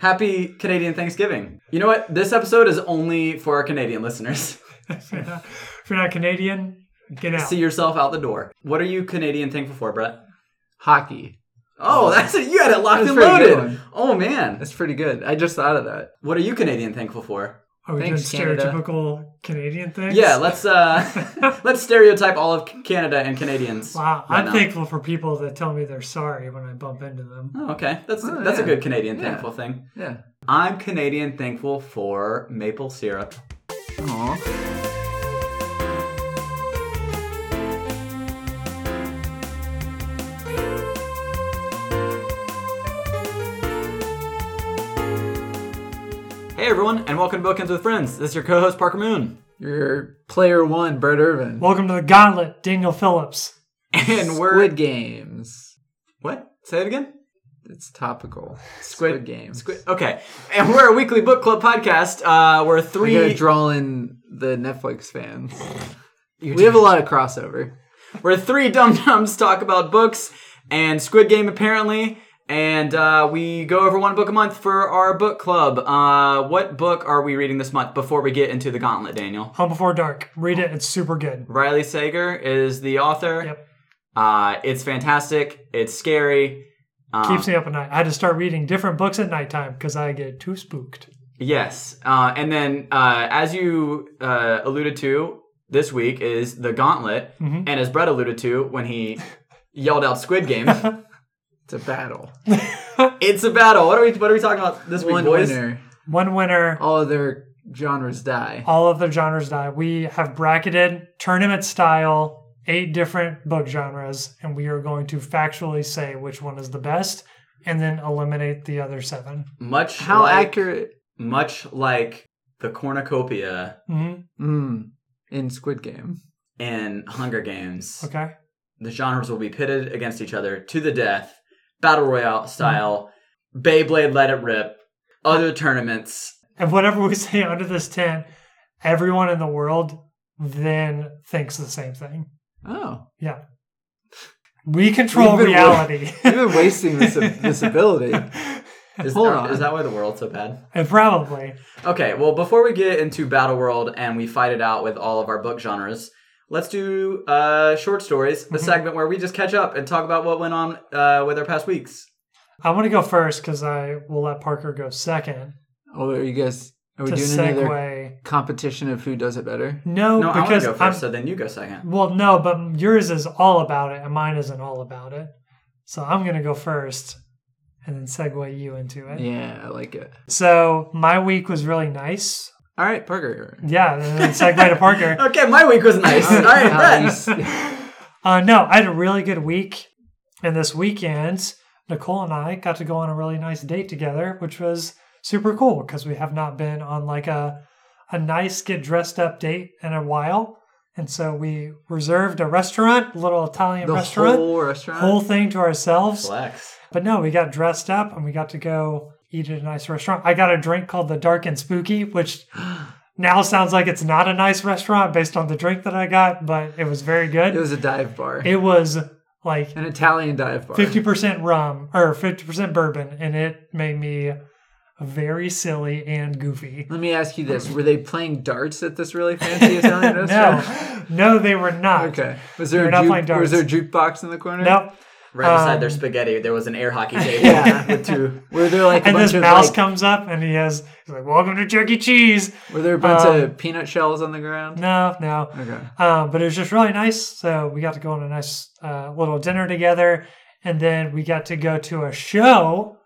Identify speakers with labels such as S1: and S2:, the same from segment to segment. S1: happy Canadian Thanksgiving. You know what? This episode is only for our Canadian listeners.
S2: if, you're not, if you're not Canadian, get out.
S1: See yourself out the door. What are you Canadian thankful for, Brett?
S3: Hockey.
S1: Oh, that's it. You had it locked
S3: That's
S1: and
S3: a pretty good
S1: loaded.
S3: one.
S1: Oh man,
S3: That's pretty good. I just thought of that.
S1: what are you Canadian thankful for?
S2: Are we
S3: Thanks,
S2: doing
S3: Canada.
S2: stereotypical Canadian things?
S1: Yeah, let's uh let's stereotype all of Canada and Canadians.
S2: Wow,
S1: right
S2: I'm
S1: now.
S2: thankful for people that tell me they're sorry when I bump into them.
S1: Oh, okay, that's
S3: Oh,
S1: that's a
S3: yeah.
S1: good Canadian
S3: Yeah.
S1: thankful thing.
S3: Yeah.
S1: I'm Canadian thankful for maple syrup.
S3: Aw.
S1: Hey everyone, and welcome to Bookends with Friends. This is your co-host Parker Moon,
S3: You're player one, Brett Irvin.
S2: Welcome to the gauntlet, Daniel Phillips.
S1: and we're
S3: Squid Games.
S1: what? Say it again.
S3: It's topical.
S1: Squid-
S3: Squid, Games.
S1: Squid. Okay, and we're a weekly book club podcast. Uh, we're
S3: We
S1: three.
S3: gotta draw in the Netflix fans. we have a lot of crossover.
S1: We're three dum dums talk about books and Squid Game apparently, and uh, we go over one book a month for our book club. Uh, what book are we reading this month before we get into the Gauntlet, Daniel?
S2: Home Before Dark. Read it, it's super good.
S1: Riley Sager is the author.
S2: Yep.
S1: Uh, it's fantastic. It's scary. Um,
S2: Keeps me up at night. I had to start reading different books at nighttime because I get too spooked.
S1: Yes. Uh, and then, uh, as you uh, alluded to, this week is the Gauntlet,
S3: Mm-hmm.
S1: and as Brett alluded to when he yelled out Squid Game,
S3: It's a battle.
S1: it's a battle. What are we? What are we talking about this week,
S3: One
S1: boys?
S3: winner.
S2: One winner,
S1: Oh.
S3: All other genres die.
S2: all of the genres die. We have bracketed tournament style, eight different book genres, and we are going to factually say which one is the best and then eliminate the other seven.
S1: Much
S3: How
S1: like,
S3: accurate
S1: much like the cornucopia
S2: hmm
S3: mm, in Squid Game?
S1: in Hunger Games.
S2: Okay.
S1: The genres will be pitted against each other to the death, battle royale style,
S3: Mm-hmm.
S1: Beyblade let it rip, other tournaments.
S2: And whatever we say under this tent, everyone in the world then thinks the same thing.
S3: Oh.
S2: Yeah. We control
S3: We've been
S2: reality.
S3: You've been wasting this, this ability.
S1: Is,
S3: Hold
S1: that-
S3: on.
S1: is that why the world's so bad?
S2: and probably.
S1: Okay, well, before we get into Battle World and we fight it out with all of our book genres, let's do uh, short stories, a
S2: Mm-hmm.
S1: segment where we just catch up and talk about what went on uh, with our past weeks.
S2: I want to go first because I will let Parker go second
S3: Oh, are you guys are we
S2: to
S3: doing
S2: segue.
S3: another competition of who does it better?
S2: No,
S1: No, I want to
S2: because
S1: go 1st
S2: I'm,
S1: so then you go second.
S2: well, no, but yours is all about it and mine isn't all about it. So I'm going to go first and then segue you into it.
S3: Yeah, I like it.
S2: So my week was really nice.
S3: All right, Parker.
S2: Yeah, and then segue to Parker.
S1: Okay, my week was nice. all right,
S3: How you
S1: Brett.
S3: s-
S2: Uh, no, I had a really good week. And this weekend, Nicole and I got to go on a really nice date together, which was super cool because we have not been on like a a nice get dressed up date in a while. And so we reserved a restaurant, a little Italian
S3: the
S2: restaurant,
S3: whole restaurant.
S2: whole thing to ourselves.
S1: Flex.
S2: But no, we got dressed up and we got to go eat at a nice restaurant. I got a drink called the Dark and Spooky, which now sounds like it's not a nice restaurant based on the drink that I got, but it was very good.
S3: it was a dive bar,
S2: It was like
S3: an Italian dive bar.
S2: 50% rum or 50% bourbon, and it made me very silly and goofy.
S3: Let me ask you this: Were they playing darts at this really fancy Italian
S2: No,
S3: restaurant?
S2: no, they were not.
S3: Okay. Was there
S2: They were
S3: a
S2: not playing
S3: juke,
S2: darts.
S3: was there a jukebox in the corner?
S2: No.
S1: Right beside their spaghetti, there was an air hockey table with two.
S3: Ah, Were there like a
S2: And
S3: bunch
S2: this
S3: of
S2: mouse
S3: like,
S2: comes up and he has, he's like, Welcome to Chuck E. Cheese.
S3: were there a bunch
S2: Um,
S3: of peanut shells on the ground?
S2: No, no.
S3: Okay.
S2: Um, but it was just really nice. So we got to go on a nice uh, little dinner together. And then we got to go to a show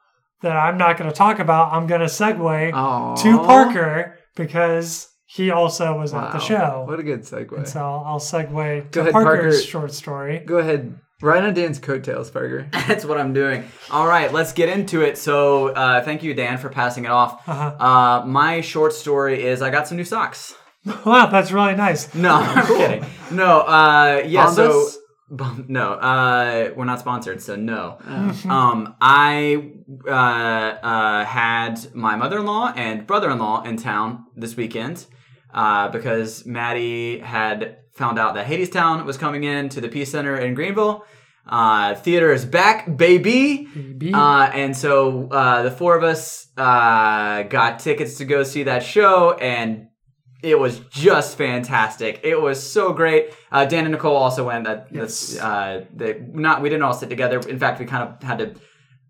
S2: that I'm not going to talk about. I'm going to segue
S3: Oh.
S2: to Parker because he also was at the show.
S3: What a good segue.
S2: So I'll, I'll segue to
S3: Go ahead,
S2: Parker's
S3: Parker.
S2: short story.
S3: Go ahead. Ride on Dan's coattails, Parker.
S1: That's what I'm doing. All right, let's get into it. So, uh, thank you, Dan, for passing it off.
S2: Uh-huh.
S1: Uh, my short story is I got some new socks.
S2: Wow, that's really nice.
S1: No, I'm kidding. No, uh, yeah,
S3: Bombas?
S1: so bum- no, uh, we're not sponsored, so no. Um, I uh, uh, had my mother-in-law and brother-in-law in town this weekend uh, because Maddie had found out that Hadestown was coming in to the Peace Center in Greenville. Uh, theater is back, baby.
S2: Baby.
S1: Uh, and so uh, the four of us uh, got tickets to go see that show, and it was just fantastic. It was so great. Uh, Dan and Nicole also went. That, that's
S2: Yes.
S1: uh, they, not we didn't all sit together. In fact, we kind of had to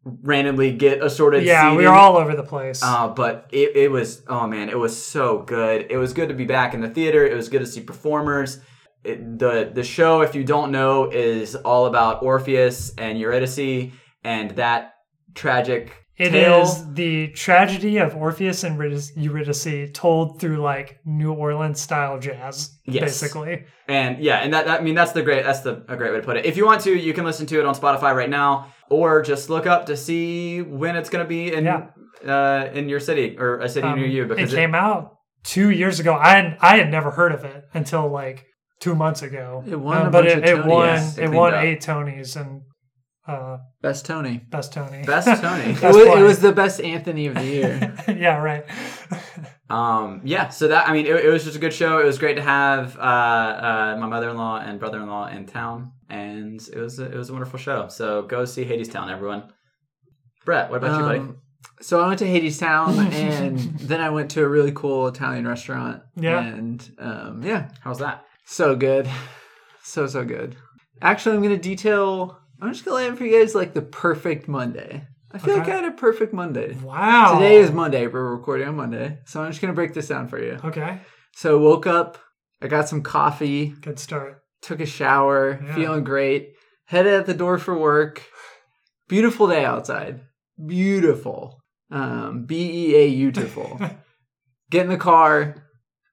S1: randomly get assorted.
S2: yeah, we
S1: seating.
S2: were all over the place.
S3: Um,
S1: Uh, but it, it was oh man, it was so good. It was good to be back in the theater. It was good to see performers. It, the the show, if you don't know, is all about Orpheus and Eurydice and that tragic
S2: It
S1: tale.
S2: is the tragedy of Orpheus and Eurydice- Eurydice told through like New Orleans style jazz,
S1: Yes.
S2: basically.
S1: And yeah, and that, that I mean that's the great that's the a great way to put it. If you want to, you can listen to it on Spotify right now, or just look up to see when it's gonna be in
S2: Yeah.
S1: uh, in your city or a city near
S2: Um,
S1: you
S2: it
S1: because it,
S2: came out two years ago. I had, I had never heard of it until like two months ago. Um,
S3: It won a
S2: but
S3: bunch
S2: it,
S3: of
S2: it won
S1: Tonys. They
S2: it won
S1: cleaned up.
S2: eight Tonys and uh,
S3: Best Tony.
S2: best Tony.
S1: best Tony.
S3: It
S2: Best
S3: was,
S2: play.
S3: it was the best Anthony of the year.
S2: yeah, right.
S1: Um, yeah, so that I mean, it, it was just a good show. It was great to have uh, uh, my mother-in-law and brother-in-law in town, and it was a, it was a wonderful show. So go see Hades Town, everyone. Brett, what about you, buddy?
S3: Um, so I went to Hades Town, and then I went to a really cool Italian restaurant.
S2: Yeah.
S3: and um, yeah,
S1: How's that?
S3: so good, so so good. Actually, I'm gonna detail. I'm just gonna lay out for you guys like the perfect Monday. I feel like
S2: Okay.
S3: I had a perfect Monday.
S2: Wow.
S3: Today is Monday. We're recording on Monday, so I'm just gonna break this down for you.
S2: okay.
S3: So I woke up. I got some coffee.
S2: Good start.
S3: took a shower,
S2: Yeah.
S3: feeling great, headed at the door for work. Beautiful day outside. Beautiful. Um, B E A beautiful. Get in the car,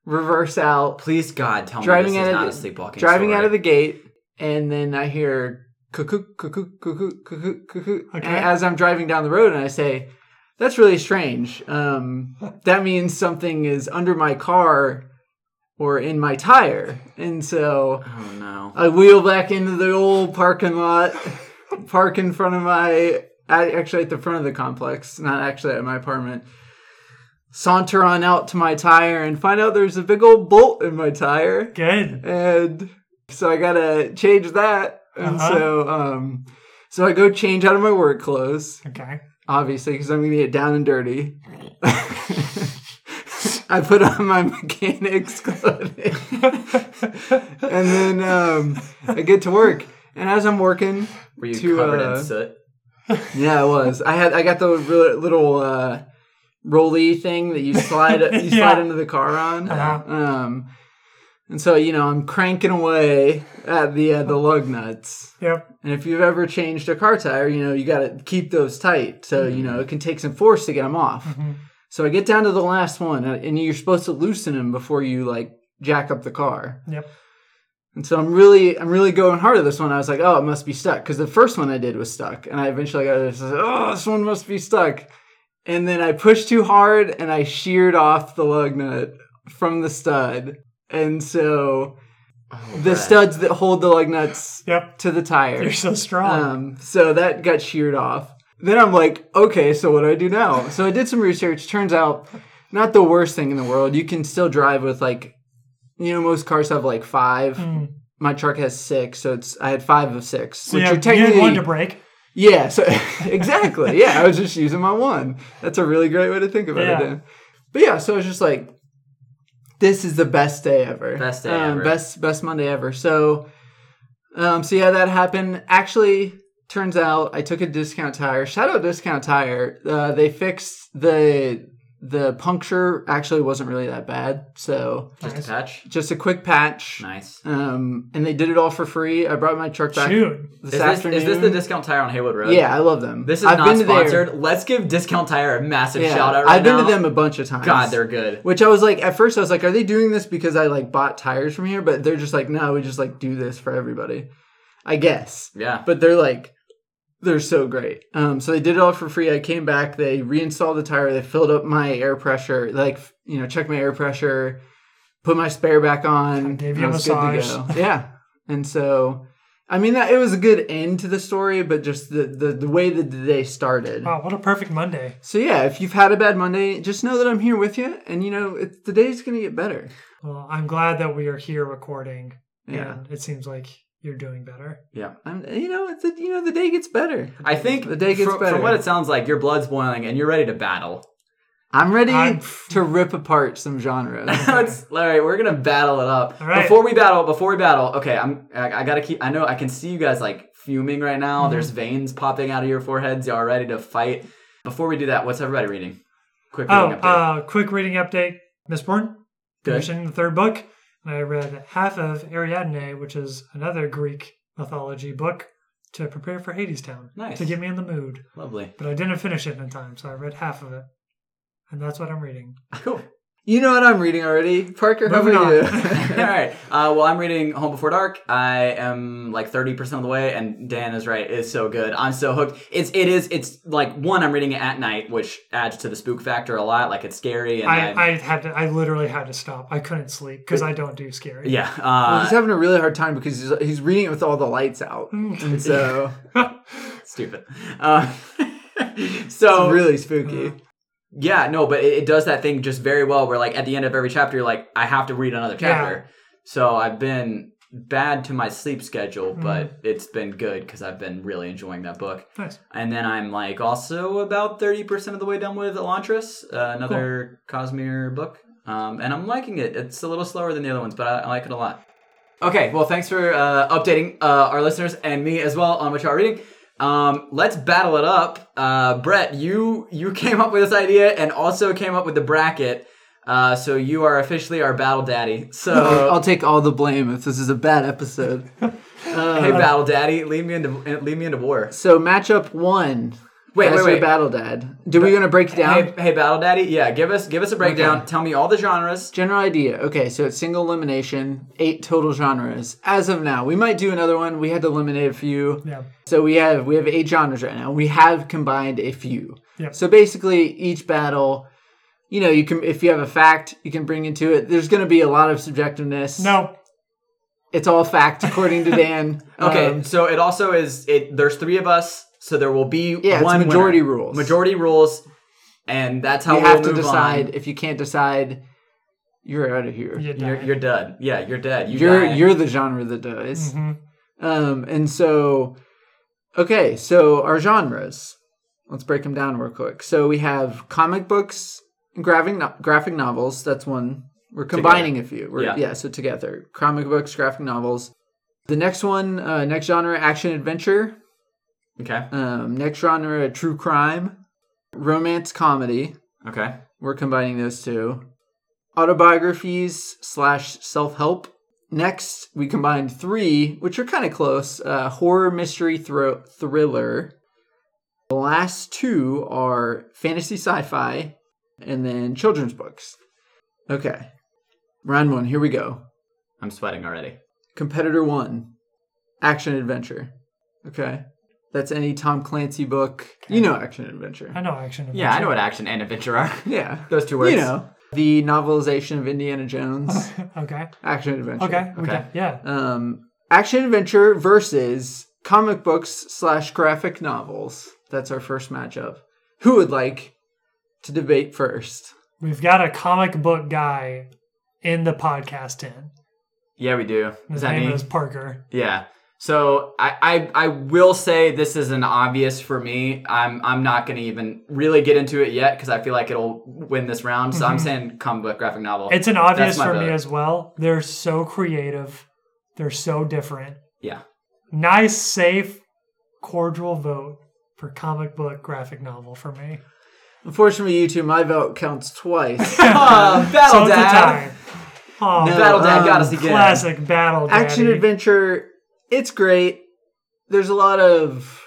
S3: reverse out,
S1: Please God, tell
S3: Driving
S1: me this is
S3: out of
S1: not
S3: the-
S1: a sleepwalking.
S3: driving
S1: story.
S3: out of the gate, and then I hear cuckoo, cuckoo, cuckoo, cuckoo, cuckoo
S2: Okay.
S3: as I'm driving down the road, and I say, "That's really strange. Um, that means something is under my car or in my tire." And so
S1: Oh no!
S3: I wheel back into the old parking lot, park in front of my, I- actually at the front of the complex, not actually at my apartment. Saunter on out to my tire and find out there's a big old bolt in my tire.
S2: Good.
S3: And so I gotta change that. And
S2: Uh-huh.
S3: so, um, so I go change out of my work clothes
S2: Okay.
S3: obviously, because I'm gonna get down and dirty. I put on my mechanic's clothing, and then um, I get to work. And as I'm working,
S1: Were you
S3: to,
S1: covered
S3: uh,
S1: in soot?
S3: yeah, it was. I had I got the re- little uh, rolly thing that you slide you slide
S2: Yeah.
S3: into the car on.
S2: Uh-huh.
S3: Um, and so you know I'm cranking away at the uh, the lug nuts.
S2: Yep.
S3: And if you've ever changed a car tire, you know, you got to keep those tight. So,
S2: Mm-hmm.
S3: you know, it can take some force to get them off. So I get down to the last one, uh, and you're supposed to loosen them before you like jack up the car.
S2: Yep.
S3: And so I'm really, I'm really going hard at this one. I was like, oh, it must be stuck because the first one I did was stuck, and I eventually got this, oh, this one must be stuck. And then I pushed too hard, and I sheared off the lug nut from the stud, and so
S1: Oh,
S3: the
S1: Brett.
S3: studs that hold the lug nuts
S2: Yep.
S3: to the tire.
S2: You're so strong.
S3: Um, so that got sheared off. Then I'm like, okay, so what do I do now? So I did some research. Turns out, not the worst thing in the world. You can still drive with like, you know, most cars have like five.
S2: Mm.
S3: My truck has six, so it's I had five of six,
S2: so
S3: which
S2: yeah,
S3: are
S2: you had
S3: technically
S2: one to break.
S3: yeah. So exactly, yeah. I was just using my one. That's a really great way to think about
S2: Yeah.
S3: it. Dan. But yeah, so I was just like, this is the best day ever.
S1: Best day
S3: um,
S1: ever.
S3: Best best Monday ever. So, um, so yeah, that happened. Actually, turns out I took a discount tire. Shout out discount tire. Uh, they fixed the the puncture. Actually, wasn't really that bad. So
S1: just a patch.
S3: just a quick patch.
S1: Nice.
S3: Um, and they did it all for free. I brought my truck back
S2: Shoot.
S3: this
S1: Is this,
S3: afternoon.
S1: is this the discount tire on Haywood Road?
S3: Yeah, I love them.
S1: This is
S3: I've
S1: not
S3: been to their-
S1: sponsored. Let's give Discount Tire a massive
S3: yeah,
S1: shout out right
S3: I've been
S1: now.
S3: to them a bunch of times.
S1: God, they're good.
S3: Which I was like, at first I was like, are they doing this because I like bought tires from here? But they're just like, no, we just like do this for everybody, I guess.
S1: Yeah.
S3: But they're like, they're so great. Um, so they did it all for free. I came back, they reinstalled the tire, they filled up my air pressure, like f- you know, checked my air pressure, put my spare back on.
S2: Gave
S3: and
S2: you a
S3: I was good to
S2: massage.
S3: go. yeah, and so. I mean that it was a good end to the story, but just the, the, the way that the day started.
S2: Wow, what a perfect Monday.
S3: So yeah, if you've had a bad Monday, just know that I'm here with you, and you know it's, the day's gonna get better.
S2: Well, I'm glad that we are here recording.
S3: Yeah.
S2: And it seems like you're doing better.
S1: Yeah.
S3: I'm, you know, it's a, you know, the day gets better.
S1: I think
S3: The day gets
S1: from,
S3: better.
S1: from what it sounds like, your blood's boiling and you're ready to battle.
S3: I'm ready
S2: I'm-
S3: to rip apart some genres.
S1: Let's, all right, we're gonna battle it up.
S2: All right.
S1: Before we battle, before we battle, okay, I'm I, I gotta keep. I know I can see you guys like fuming right now.
S2: Mm-hmm.
S1: There's veins popping out of your foreheads. Y'all ready to fight? Before we do that, what's everybody reading? Quick reading
S2: Oh,
S1: update.
S2: uh, quick reading update. Miss Bourne,
S1: Good.
S2: finishing the third book. And I read half of Ariadne, which is another Greek mythology book, to prepare for Hades Town.
S1: Nice.
S2: To get me in the mood.
S1: Lovely.
S2: But I didn't finish it in time, so I read half of it. And that's what I'm reading.
S1: Cool.
S3: You know what I'm reading already, Parker? How
S2: Moving
S3: about you?
S1: All right. Uh, well, I'm reading Home Before Dark. I am like 30% of the way, and Dan is right. It's so good. I'm so hooked. It's it is it's like one. I'm reading it at night, which adds to the spook factor a lot. Like it's scary. And I'm-
S2: I, I had to, I literally had to stop. I couldn't sleep because I don't do scary.
S1: yeah.
S3: Well,
S1: Uh,
S3: he's having a really hard time because he's, he's reading it with all the lights out, and so
S1: stupid. Uh, so
S3: it's really spooky.
S1: yeah, no, but it, it does that thing just very well. Where like at the end of every chapter, you're like, I have to read another
S2: Yeah.
S1: chapter. So I've been bad to my sleep schedule,
S2: Mm-hmm.
S1: but it's been good because I've been really enjoying that book.
S2: Nice.
S1: And then I'm like also about 30% of the way done with Elantris, uh, another Cosmere book. Um, and I'm liking it. It's a little slower than the other ones, but I, I like it a lot. Okay, well, thanks for uh, updating uh, our listeners and me as well on what you are reading. Um, let's battle it up. Uh, Brett, you you came up with this idea and also came up with the bracket. Uh, so you are officially our battle daddy. So
S3: Oh. I'll take all the blame if this is a bad episode.
S1: hey, battle daddy, lead me into lead me into war.
S3: So matchup one.
S1: Wait,
S3: as
S1: wait,
S3: your
S1: wait.
S3: Battle Dad. Do we gonna break it down?
S1: Hey, hey, battle daddy, yeah, give us give us a breakdown. Tell me all the genres.
S3: General idea. Okay, so it's single elimination, eight total genres as of now. We might do another one. We had to eliminate a few.
S2: Yeah.
S3: So we have we have eight genres right now. We have combined a few.
S2: Yep.
S3: So basically, each battle, you know, you can if you have a fact, you can bring into it. There's going to be a lot of subjectiveness.
S2: No.
S3: it's all fact according to Dan.
S1: Okay,
S3: Um,
S1: so it also is it. There's three of us, so there will be
S3: yeah,
S1: one
S3: it's majority
S1: winner.
S3: rules.
S1: Majority rules, and that's how
S3: You
S1: we'll
S3: have to
S1: move
S3: decide.
S1: on.
S3: If you can't decide, you're out of here.
S2: You
S1: You're, you're dead. Yeah, you're dead. You
S3: You're
S1: die.
S3: you're the genre that does.
S2: hmm
S3: Um, and so, okay, so our genres. Let's break them down real quick. So we have comic books, graphic no- graphic novels. That's one. We're combining a few. We're,
S1: Yeah.
S3: yeah. So together, comic books, graphic novels. The next one, uh, next genre, action adventure.
S1: okay.
S3: Um, next genre, true crime, romance comedy.
S1: Okay.
S3: We're combining those two. Autobiographies slash self help. Next, we combined three, which are kind of close uh, horror, mystery, thro- thriller. The last two are fantasy sci fi and then children's books. Okay. Round one, here we go.
S1: I'm sweating already.
S3: Competitor one, action adventure. Okay. That's any Tom Clancy book. You know action adventure.
S2: I know action.
S1: Yeah, I know what action and adventure are.
S3: Yeah.
S1: Those two words.
S3: You know, Uh-huh. the novelization of Indiana Jones,
S2: okay.
S3: action adventure.
S2: Okay. We
S1: Okay.
S2: got, yeah.
S3: Um, action adventure versus comic books slash graphic novels. That's our first matchup. Who would like to debate first?
S2: We've got a comic book guy in the podcast in.
S1: Yeah, we do.
S2: His
S1: Is that
S2: name
S1: me?
S2: is Parker.
S1: Yeah. So I, I I will say this is an obvious for me. I'm I'm not gonna even really get into it yet because I feel like it'll win this round. So
S3: Mm-hmm.
S1: I'm saying comic book graphic novel.
S2: It's an obvious
S1: my
S2: for me
S1: vote.
S2: as well. They're so creative. They're so different.
S1: yeah.
S2: Nice, safe, cordial vote for comic book graphic novel for me.
S3: Unfortunately, you two, my vote counts twice.
S1: Ah, battle
S2: so it's a
S1: dad.
S2: tie. Oh,
S3: No,
S1: Battle dad got
S3: Um,
S1: us again.
S2: classic battle daddy.
S3: action adventure, it's great. There's a lot of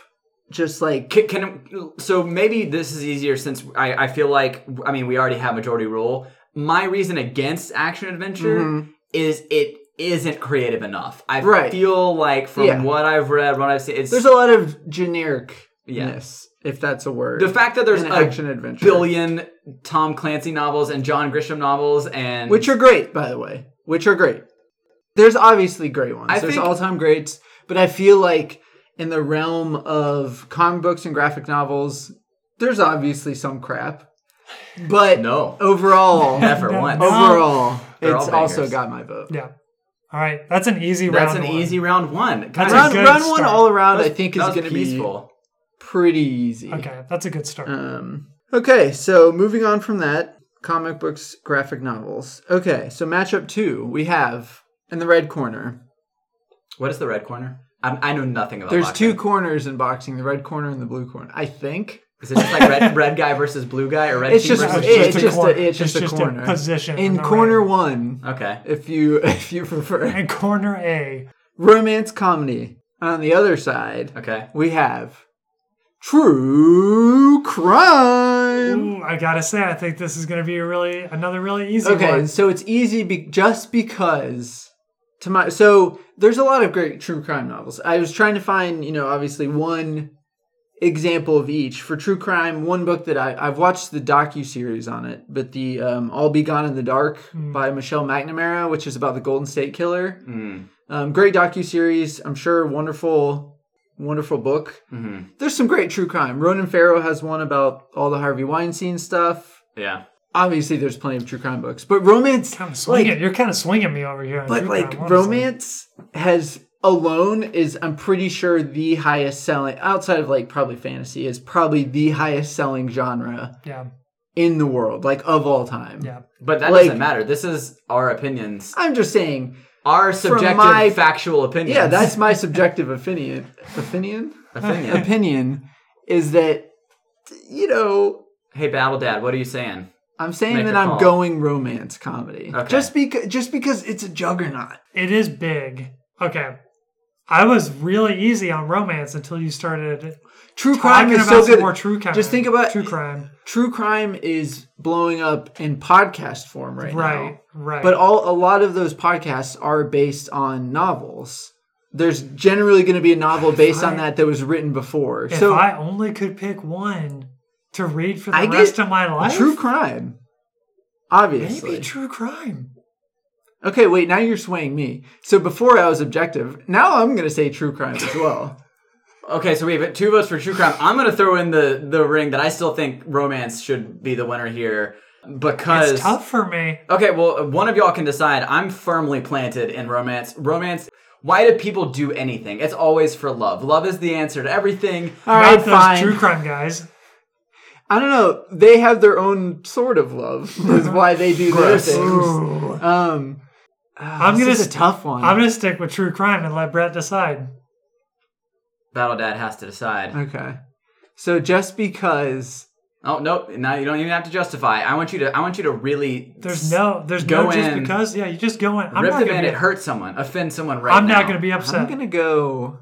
S3: just like
S1: Can, can- so maybe this is easier since I, I feel like I mean we already have majority rule. My reason against action adventure is it isn't creative enough. I
S3: Mm-hmm. Right.
S1: feel like from
S3: Yeah.
S1: what I've read, what I've seen, it's
S3: there's a lot of genericness,
S1: Yes.
S3: if that's a word.
S1: the fact that there's
S3: in
S1: a
S3: action adventure.
S1: billion Tom Clancy novels and John Grisham novels and
S3: which are great, by the way. Which are great. There's obviously great ones. There's
S1: think-
S3: all-time greats, but I feel like in the realm of comic books and graphic novels, there's obviously some crap. But
S1: no
S3: overall,
S1: never once.
S3: overall,
S1: They're all
S3: it's also
S1: bangers.
S3: got my vote.
S2: Yeah. All right, that's an easy round.
S1: That's an
S2: one.
S1: easy round one. Guys,
S2: That's a
S3: round
S2: good
S3: round one
S2: start.
S3: all around,
S1: that was-
S3: I think,
S1: that
S3: is
S1: was
S3: going to be
S1: peaceful.
S3: pretty easy.
S2: Okay, that's a good start.
S3: Um, okay, so moving on from that, comic books, graphic novels. Okay, so matchup two, we have in the red corner.
S1: What is the red corner? i I know nothing about.
S3: There's
S1: boxing.
S3: two corners in boxing: the red corner and the blue corner. I think
S1: Is it just like red, red guy versus blue guy or red
S3: It's
S1: team
S3: just-
S1: versus?
S3: it- it's just a-
S2: corner.
S3: it's just a corner.
S2: position
S3: in
S2: the
S3: corner
S2: ring.
S3: one,
S1: okay.
S3: if you if you prefer,
S2: and corner A.
S3: romance comedy. On the other side,
S1: Okay.
S3: we have true crime.
S2: Ooh, I gotta say, I think this is gonna be a really another really easy
S3: Okay,
S2: one.
S3: so it's easy be- just because to my so there's a lot of great true crime novels. I was trying to find, you know, obviously one example of each for true crime. One book that I I've watched the docu series on it, but the um, All Be Gone in the Dark by Michelle McNamara, which is about the Golden State Killer.
S1: Mm.
S3: Um, great docu series, I'm sure. Wonderful, wonderful book.
S1: hmm
S3: There's some great true crime. Ronan Farrow has one about all the Harvey Weinstein stuff
S1: Yeah.
S3: obviously there's plenty of true crime books, but romance,
S2: Kind of swing
S3: like,
S2: it. You're kind of swinging me over here. on
S3: but
S2: true
S3: like
S2: crime, honestly.
S3: romance has alone is I'm pretty sure the highest selling outside of like probably fantasy is probably the highest selling genre
S2: Yeah,
S3: in the world, like of all time.
S2: yeah.
S1: But that
S3: Like-
S1: doesn't matter. This is our opinions,
S3: I'm just saying,
S1: our subjective,
S3: my-
S1: factual opinions.
S3: yeah, that's my subjective opinion. Opinion?
S1: opinion.
S3: Opinion is that you know
S1: hey, Battle Dad, what are you saying?
S3: I'm saying
S1: Make
S3: that
S1: a
S3: I'm
S1: call.
S3: going romance comedy.
S1: Okay.
S3: Just because just because it's a juggernaut.
S2: It is big. Okay. I was really easy on romance until you started
S3: True crime
S2: talking
S3: is
S2: about
S3: so
S2: some
S3: good.
S2: more true crime.
S3: Just think about
S2: true crime.
S3: true crime is blowing up in podcast form right,
S2: Right,
S3: now.
S2: right.
S3: But all a lot of those podcasts are based on novels. There's generally going to be a novel based on
S2: I-
S3: that that was written before.
S2: if
S3: so
S2: I only could pick one to read for the
S3: I get
S2: rest of my life,
S3: true crime,
S2: maybe
S3: obviously.
S2: true crime.
S3: okay, wait. Now you're swaying me. So before I was objective. Now I'm going to say true crime as well.
S1: Okay, so we have two votes for true crime. I'm gonna throw in the the ring that I still think romance should be the winner here because
S2: It's tough for me.
S1: Okay, well, one of y'all can decide. I'm firmly planted in romance. Romance. Why do people do anything? It's always for love. Love is the answer to everything.
S3: All
S2: Not
S3: right,
S2: those
S3: fine.
S2: true crime guys.
S3: I don't know. They have their own sort of love. Is why they do their
S1: Gross.
S3: things. Um,
S2: I'm
S3: this
S2: gonna
S3: is a
S2: st-
S3: tough one.
S2: I'm gonna stick with true crime and let Brett decide.
S1: Battle Dad has to decide.
S3: Okay. So just because
S1: Oh nope, now you don't even have to justify. I want you to. I want you to really
S2: There's no, there's
S1: Go
S2: no just
S1: in.
S2: because. Yeah, you just go in. I'm
S1: rip
S2: not
S1: the
S2: gonna
S1: bandit,
S2: be.
S1: hurt someone, offend someone right
S2: I'm
S1: now.
S2: not gonna be
S3: I'm
S2: upset.
S3: gonna go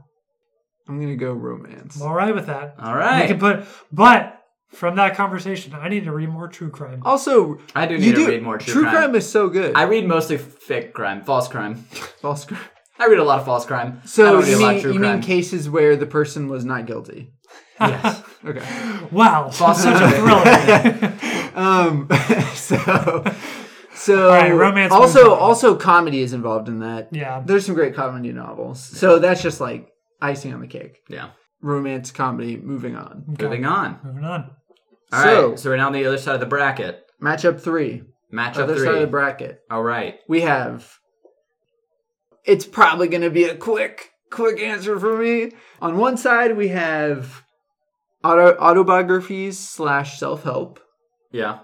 S3: I'm gonna go romance.
S2: I'm all right with that.
S1: All
S2: We
S1: right,
S2: can put, but from that conversation, I need to read more true crime.
S3: Oh. Also
S1: I do
S3: you
S1: need to
S3: do
S1: read more true, crime.
S3: is so good.
S1: I read mostly fake crime, false crime.
S3: False crime.
S1: I read a lot of false crime. I
S3: So
S1: don't read a
S3: you
S1: lot of
S3: mean
S1: true
S3: you
S1: crime.
S3: mean cases where the person was not guilty.
S1: yes.
S3: Okay.
S2: Wow,
S1: False
S2: such a
S1: crime.
S2: thriller.
S3: Um so so
S2: right, romance moves
S3: also
S2: on.
S3: also comedy is involved in that.
S2: yeah,
S3: There's some great comedy novels. So that's just like icing on the cake.
S1: Yeah.
S3: Romance comedy moving
S2: Mm.
S3: on.
S1: Moving on.
S2: moving on.
S1: All right.
S3: So-
S1: so, we're now on the other side of the bracket.
S3: Matchup 3.
S1: Matchup
S3: Other
S1: three.
S3: side of the bracket.
S1: All right.
S3: we have it's probably going to be a quick quick answer for me on one side we have auto, autobiographies slash self-help
S1: Yeah.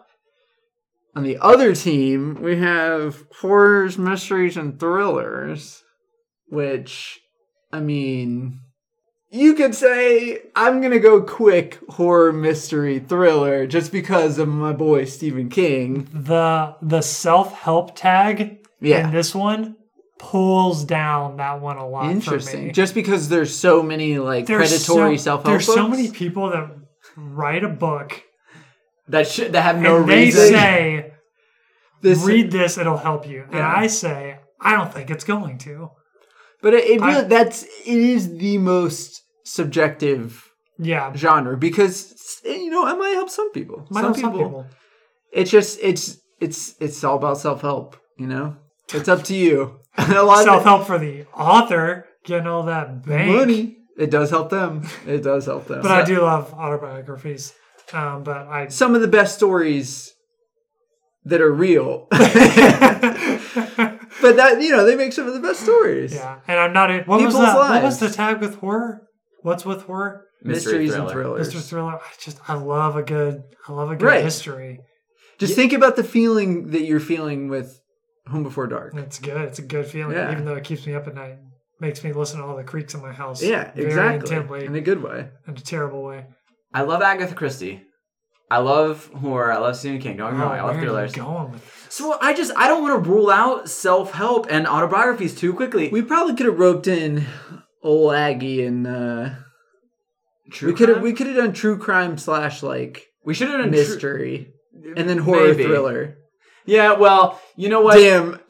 S3: on the other team we have horrors mysteries and thrillers which i mean you could say i'm going to go quick horror mystery thriller just because of my boy stephen king
S2: The the self help tag in
S3: yeah
S2: this one pulls down that one a lot. For me.
S3: Interesting. Just because there's so many like
S2: There's
S3: predatory
S2: so,
S3: self help
S2: There's
S3: books.
S2: so many people that write a book
S1: That should that have no
S2: and they
S1: reason.
S2: say,
S3: This,
S2: "Read this; it'll help you." And
S3: Yeah.
S2: I say, "I don't think it's going to."
S3: but it, it really
S2: I-
S3: that's it is the most subjective
S2: Yeah,
S3: genre because eh, you know it might help some people.
S2: might
S3: some,
S2: help
S3: people, It's just it's it's it's all about self help. You know, it's up to you. a lot
S2: self
S3: of
S2: help for the author getting all that
S3: it-
S2: bank.
S3: money. It does help them. It does help them.
S2: But I do love autobiographies. Um, but I
S3: some of the best stories that are real But that you know, they make some of the best stories.
S2: Yeah, and I'm not. What was
S3: People's
S2: the what was the
S3: lives.
S2: tag with horror? What's with horror?
S1: Mystery
S3: Mysteries and
S1: thriller.
S3: thrillers.
S2: Mr. Thriller. I just I love a good I love a good
S3: Right.
S2: mystery.
S3: Just think about the feeling that you're feeling with Home Before Dark.
S2: It's good. It's a good feeling,
S3: Yeah.
S2: even though it keeps me up at night. Makes me listen to all the creaks in my house.
S3: Yeah,
S2: very
S3: exactly.
S2: Intently,
S3: In a good way.
S2: in a terrible way.
S1: I love Agatha Christie. I love horror. I love Stephen King. Don't get me
S2: Oh,
S1: wrong. I love
S2: where are you
S1: thrillers.
S2: going with
S1: So I just I don't want to rule out self help and autobiographies too quickly.
S3: We probably could have roped in old Aggie and uh
S1: True
S3: we could have
S1: crime?
S3: we could have done true crime slash like
S1: we should have done true-
S3: mystery and then horror
S1: Maybe.
S3: thriller.
S1: Yeah, well, you know what?
S3: Damn,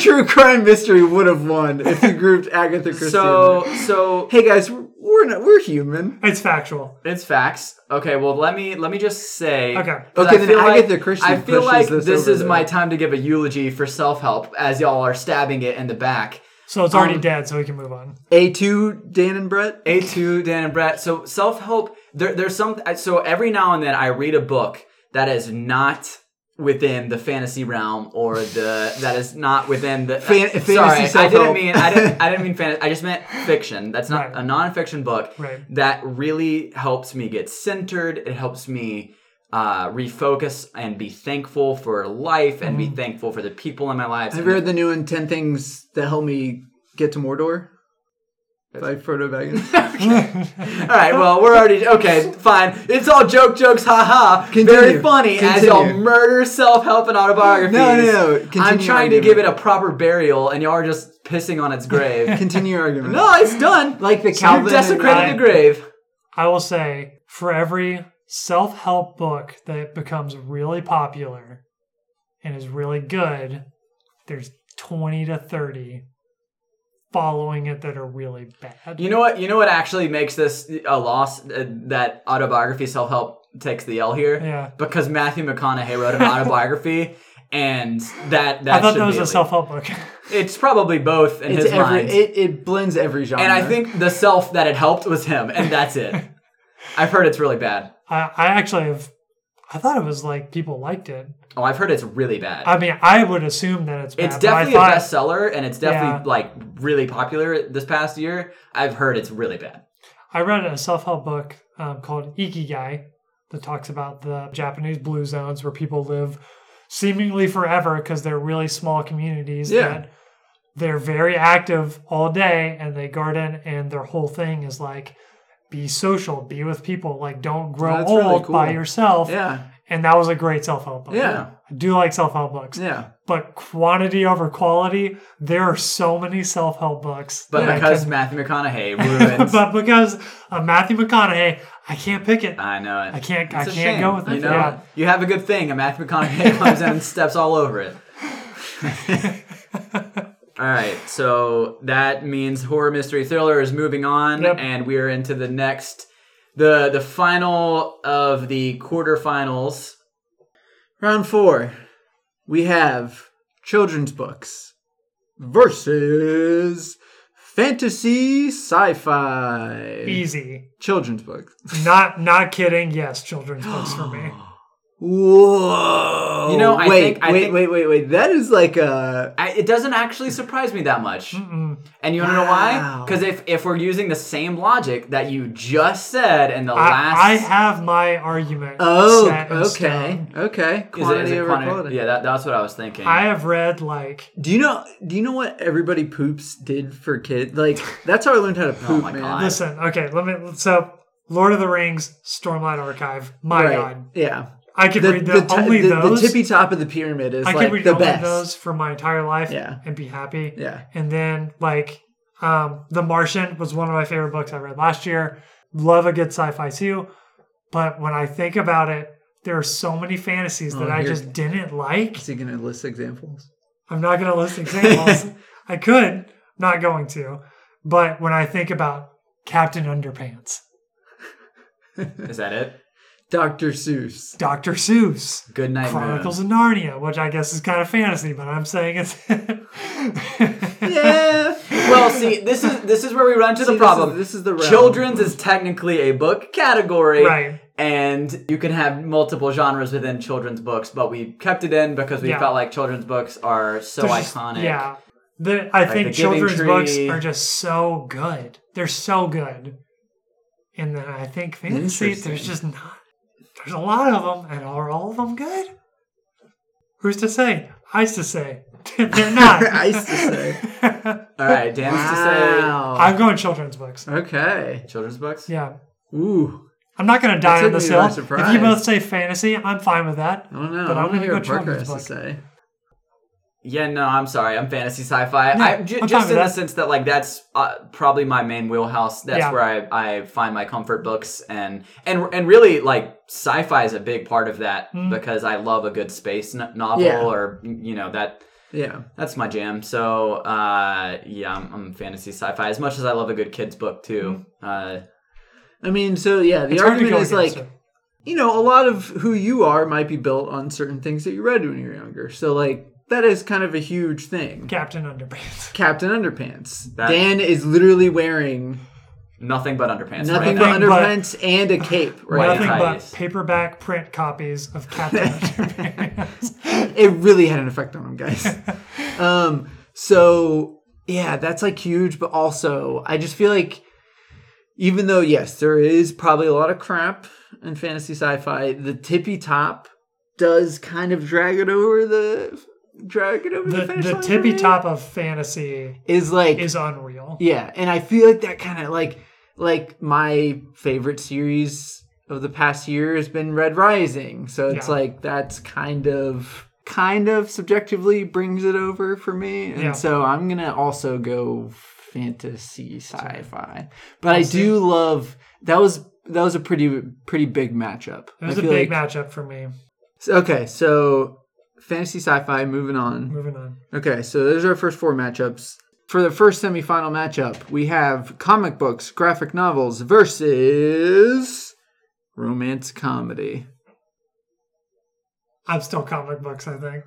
S3: true crime mystery would have won if you grouped Agatha Christie. in
S1: So
S3: there.
S1: so
S3: hey guys, we're not, we're human.
S2: it? It's factual.
S1: It's facts. Okay, well let me let me just say.
S2: Okay.
S1: 'cause
S3: Okay,
S1: I
S3: then
S1: feel like,
S3: Agatha Christie
S1: I feel
S3: pushes
S1: like
S3: this
S1: this,
S3: over
S1: is
S3: the-
S1: my time to give a eulogy for self help as y'all are stabbing it in the back.
S2: So it's already
S1: Um,
S2: dead, so we can move on.
S3: A two Dan and Brett.
S1: A two, Dan and Brett. So self help. There, there's some. So every now and then I read a book that is not within the fantasy realm or the that is not within the
S3: Fan- fantasy
S1: sorry i didn't
S3: self-help.
S1: mean i didn't i didn't mean fantasy i just meant fiction that's not
S2: Right.
S1: a nonfiction book
S2: Right.
S1: that really helps me get centered it helps me uh, refocus and be thankful for life and be thankful for the people in my life
S3: Have you Mm. read the new one, 10 Things That Help Me Get to Mordor? By Frodo Baggins.
S1: All right, well, we're already okay. Fine, it's all joke, jokes, haha.
S3: Continue.
S1: Very funny as y'all
S3: Continue.
S1: murder self-help and autobiographies.
S3: No, no, no. Continue
S1: I'm trying to
S3: argument.
S1: give it a proper burial, and y'all are just pissing on its grave.
S3: Continue your argument.
S1: no, it's done.
S3: Like the
S1: You
S3: Calvin and
S1: desecrated
S2: I-
S1: the grave.
S2: I will say, for every self help book that becomes really popular and is really good, there's 20 to 30 following it that are really bad.
S1: You know what? You know what actually makes this a loss uh, that autobiography self-help takes the L here.
S2: Yeah.
S1: Because Matthew McConaughey wrote an autobiography, and that that
S2: I thought
S1: should
S2: that was
S1: be
S2: a
S1: illegal.
S2: self help book.
S1: It's probably both in
S3: It's
S1: his
S3: every,
S1: mind.
S3: it, it blends every genre.
S1: And I think the self that it helped was him, and that's it. I've heard it's really bad.
S2: I, I actually have. I thought it was like people liked it.
S1: Oh, I've heard it's really bad.
S2: I mean, I would assume that it's bad.
S1: it's
S2: but I
S1: definitely
S2: thought-
S1: a bestseller, and it's definitely
S2: Yeah.
S1: like really popular this past year. I've heard it's really bad.
S2: I read a self help book um, called Ikigai that talks about the Japanese blue zones where people live seemingly forever because they're really small communities.
S3: Yeah.
S2: That they're very active all day and they garden, and their whole thing is like be social, be with people, like don't grow
S3: That's
S2: old
S3: really cool.
S2: by yourself.
S3: Yeah.
S2: And that was a great self help book.
S3: Yeah.
S2: I do like self help books,
S3: Yeah.
S2: but quantity over quality, there are so many self help books.
S1: But
S2: that I
S1: because
S2: can-
S1: Matthew McConaughey ruins,
S2: but because of Matthew McConaughey, I can't pick it.
S1: I know it.
S2: I can't. I
S1: It's a
S2: can't
S1: shame,
S2: go with it.
S1: You know,
S2: Yeah.
S1: you have a good thing, and Matthew McConaughey comes in and steps all over it. all right, so that means horror, mystery, thriller is moving on,
S2: Yep.
S1: and we are into the next, the the final of the quarterfinals.
S3: Round four. We have children's books versus fantasy sci fi.
S2: Easy.
S3: Children's books.
S2: Not not kidding. Yes, children's books for me.
S3: Whoa!
S1: You know, I
S3: wait,
S1: think- I
S3: wait,
S1: think-
S3: wait, wait, wait. That is like a
S1: I, it doesn't actually surprise me that much,
S2: Mm-mm.
S1: and you wanna know why?
S3: Wow.
S1: Because if if we're using the same logic that you just said in the last,
S2: I, I have my argument.
S3: oh,
S2: set in
S3: okay,
S2: stone.
S3: okay.
S1: Is it- is
S3: Quantity
S1: it
S3: over
S1: quantity?
S3: quality.
S1: Yeah, that, that's what I was thinking.
S2: I have read like
S3: Do you know? Do you know what everybody poops did for kids? Like that's how I learned how to poop,
S1: Oh my
S3: man.
S1: God.
S2: listen. Okay, let me. So, Lord of the Rings, Stormlight Archive. My
S3: Right.
S2: God,
S3: Yeah.
S2: I could
S3: The,
S2: read
S3: the,
S2: the,
S3: ti-
S2: only
S3: the, the
S2: those.
S3: tippy top of the pyramid is
S2: I could
S3: like
S2: read
S3: the
S2: only
S3: best.
S2: those for my entire life
S3: Yeah.
S2: and be happy.
S3: Yeah.
S2: And then like um The Martian was one of my favorite books I read last year. Love a good sci-fi too. But when I think about it, there are so many fantasies that
S3: Oh,
S2: I
S3: here-
S2: just didn't like.
S3: Is he gonna list examples?
S2: I'm not going to list examples. I could, not going to. But when I think about Captain Underpants,
S1: Is that it?
S3: Dr. Seuss.
S2: Dr. Seuss,
S1: Good night,
S2: Chronicles
S1: Moon.
S2: of Narnia, which I guess is kind of fantasy, but I'm saying it's
S3: Yeah.
S1: well, see, this is this is where we run into
S3: See,
S1: the
S3: this is-
S1: problem.
S3: this is the realm.
S1: children's is technically a book category,
S2: Right.
S1: And you can have multiple genres within children's books, but we kept it in because we
S2: Yeah.
S1: felt like children's books are so
S2: There's just-
S1: iconic.
S2: Yeah. The, I think
S1: The Giving
S2: children's
S1: Tree.
S2: books are just so good. They're so good. And then I think fantasy, there's
S1: Interesting.
S2: just not. There's a lot of them, and are all of them good? Who's to say? I's to say. They're not.
S3: I used to say.
S1: All right, Dan's
S2: I'm going children's books.
S3: Okay.
S1: to say children's books.
S2: Yeah.
S3: Ooh.
S2: I'm not going to die
S3: took
S2: on this
S3: me by
S2: hill. If
S3: surprise.
S2: you both say fantasy, I'm fine with that.
S3: I don't know.
S2: But
S3: I
S2: I'm
S3: want
S2: gonna
S3: to hear
S2: go
S3: what Parker
S2: children's
S3: has to
S2: book.
S3: say.
S1: Yeah, no, I'm sorry. I'm fantasy sci-fi.
S2: Yeah,
S1: I, j-
S2: I'm fine
S1: just
S2: with
S1: in the
S2: that.
S1: sense that like that's uh, probably my main wheelhouse. That's
S2: Yeah.
S1: where I, I find my comfort books and and and really like sci-fi is a big part of that because I love a good space no- novel
S3: Yeah.
S1: or you know that
S3: Yeah.
S1: that's my jam. So uh, yeah, I'm, I'm fantasy sci-fi as much as I love a good kids book too. Uh,
S3: I mean, so yeah, the
S2: It's hard to
S3: argument
S2: go
S3: is like,
S2: against it.
S3: you know, a lot of who you are might be built on certain things that you read when you were younger. So like that is kind of a huge thing.
S2: Captain Underpants.
S3: Captain Underpants.
S1: That-
S3: Dan is literally wearing
S1: nothing but underpants.
S3: nothing
S1: right?
S3: but
S2: Nothing but-
S3: underpants and a cape right
S2: Nothing
S3: now.
S1: Titus.
S2: but paperback print copies of Captain Underpants.
S3: It really had an effect on him, guys. um, so yeah, that's like huge, but also I just feel like even though yes, there is probably a lot of crap in fantasy sci-fi, the tippy top does kind of drag it over the drag it over the,
S2: the,
S3: finish
S2: the
S3: line for
S2: tippy
S3: me.
S2: top of fantasy
S3: is like
S2: is unreal.
S3: Yeah, and I feel like that kind of like like my favorite series of the past year has been Red Rising. So it's
S2: Yeah.
S3: like that's kind of kind of subjectively brings it over for me. And
S2: Yeah.
S3: so I'm going to also go fantasy sci-fi. But I do love that was that was a pretty pretty big matchup.
S2: It was
S3: I
S2: a
S3: feel
S2: big
S3: like,
S2: matchup for me.
S3: Okay, so fantasy sci-fi moving on.
S2: Moving on.
S3: Okay, so those are our first four matchups. For the first semifinal matchup, we have comic books, graphic novels versus romance comedy.
S2: I'm still comic books, I think.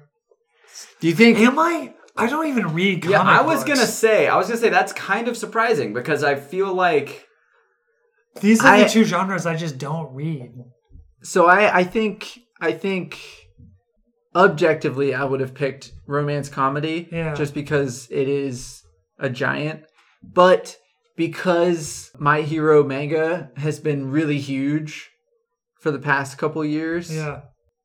S3: Do you think?
S2: Am I? I don't even read comic
S1: Yeah, I was
S2: books.
S1: gonna say, I was gonna say that's kind of surprising because I feel like
S2: These are
S3: I-
S2: the two genres I just don't read.
S3: So I, I think, I think, objectively, I would have picked romance comedy,
S2: Yeah.
S3: just because it is a giant, but because My Hero manga has been really huge for the past couple years,
S2: Yeah.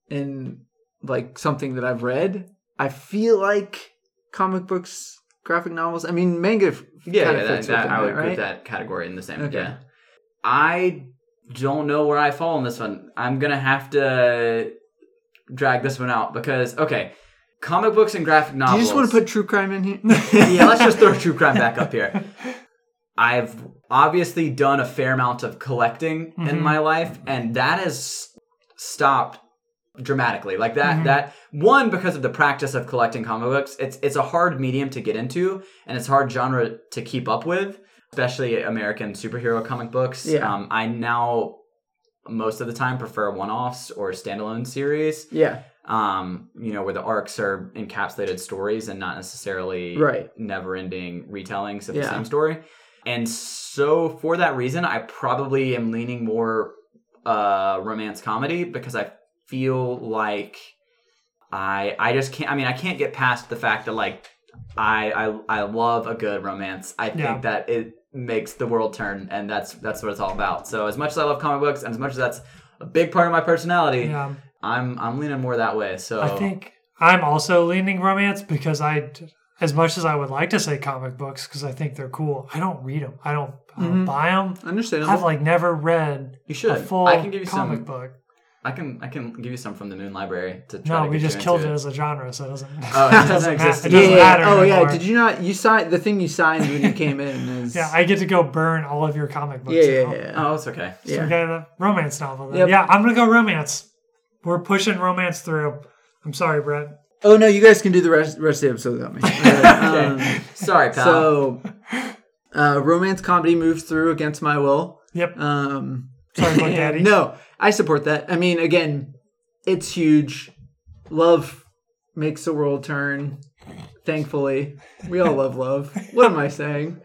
S3: in like something that I've read. I feel like comic books, graphic novels. I mean, manga. f-
S1: Yeah,
S3: kinda
S1: yeah that,
S3: fits
S1: that,
S3: within
S1: I would
S3: that,
S1: put
S3: right?
S1: that category in the same.
S3: Okay.
S1: Yeah. I don't know where I fall on this one. I'm gonna have to drag this one out because okay, comic books and graphic
S3: Do you
S1: novels.
S3: just want to put true crime in here?
S1: yeah, let's just throw true crime back up here. I've obviously done a fair amount of collecting in
S2: Mhm.
S1: my life, and that has s- stopped dramatically. Like that, that one because of the practice of collecting comic books, it's it's a hard medium to get into, and it's a hard genre to keep up with, especially American superhero comic books.
S3: Yeah.
S1: Um, I now most of the time prefer one-offs or standalone series
S3: yeah,
S1: um, you know, where the arcs are encapsulated stories and not necessarily
S3: Right.
S1: never ending retellings of the
S3: Yeah.
S1: same story. And so for that reason, I probably am leaning more uh romance comedy because I feel like I I just can't I mean I can't get past the fact that like I I I love a good romance. I think
S2: Yeah.
S1: that it makes the world turn and that's that's what it's all about. So as much as I love comic books and as much as that's a big part of my personality,
S2: Yeah.
S1: I'm I'm leaning more that way. So
S3: Oh.
S2: I think I'm also leaning romance because I, d- as much as I would like to say comic books because I think they're cool, I don't read them. I don't, I don't buy them.
S3: understandable.
S2: I've like never read
S1: you
S2: a
S1: should.
S2: full
S1: Mm-hmm. I can give you
S2: comic
S1: some.
S2: book.
S1: I can I can give you some from the Moon Library to try
S2: No,
S1: to
S2: we
S1: get you
S2: just killed it
S1: into
S2: as a genre, so it doesn't.
S1: Oh, it doesn't
S2: doesn't
S1: exist
S2: ma- it
S1: anymore.
S2: doesn't
S3: yeah,
S2: matter
S3: oh yeah.
S2: anymore.
S3: Did you not? You signed the thing you signed when you came in. Is,
S2: Yeah, I get to go burn all of your comic books.
S3: yeah, yeah,
S2: now.
S3: yeah.
S1: Oh, it's okay.
S2: So
S3: Yeah.
S2: we got a romance novel. Then.
S3: Yep.
S2: Yeah, I'm gonna go romance. We're pushing romance through. I'm sorry, Brett.
S3: Oh no, you guys can do the rest rest of the episode without me. Um,
S1: Sorry, pal.
S3: so, uh, romance comedy moves through against my will.
S2: Yep.
S3: Um,
S2: Sorry, Bug
S3: And
S2: Daddy.
S3: No, I support that. I mean, again, it's huge. Love makes the world turn. Thankfully, we all love love. What am I saying?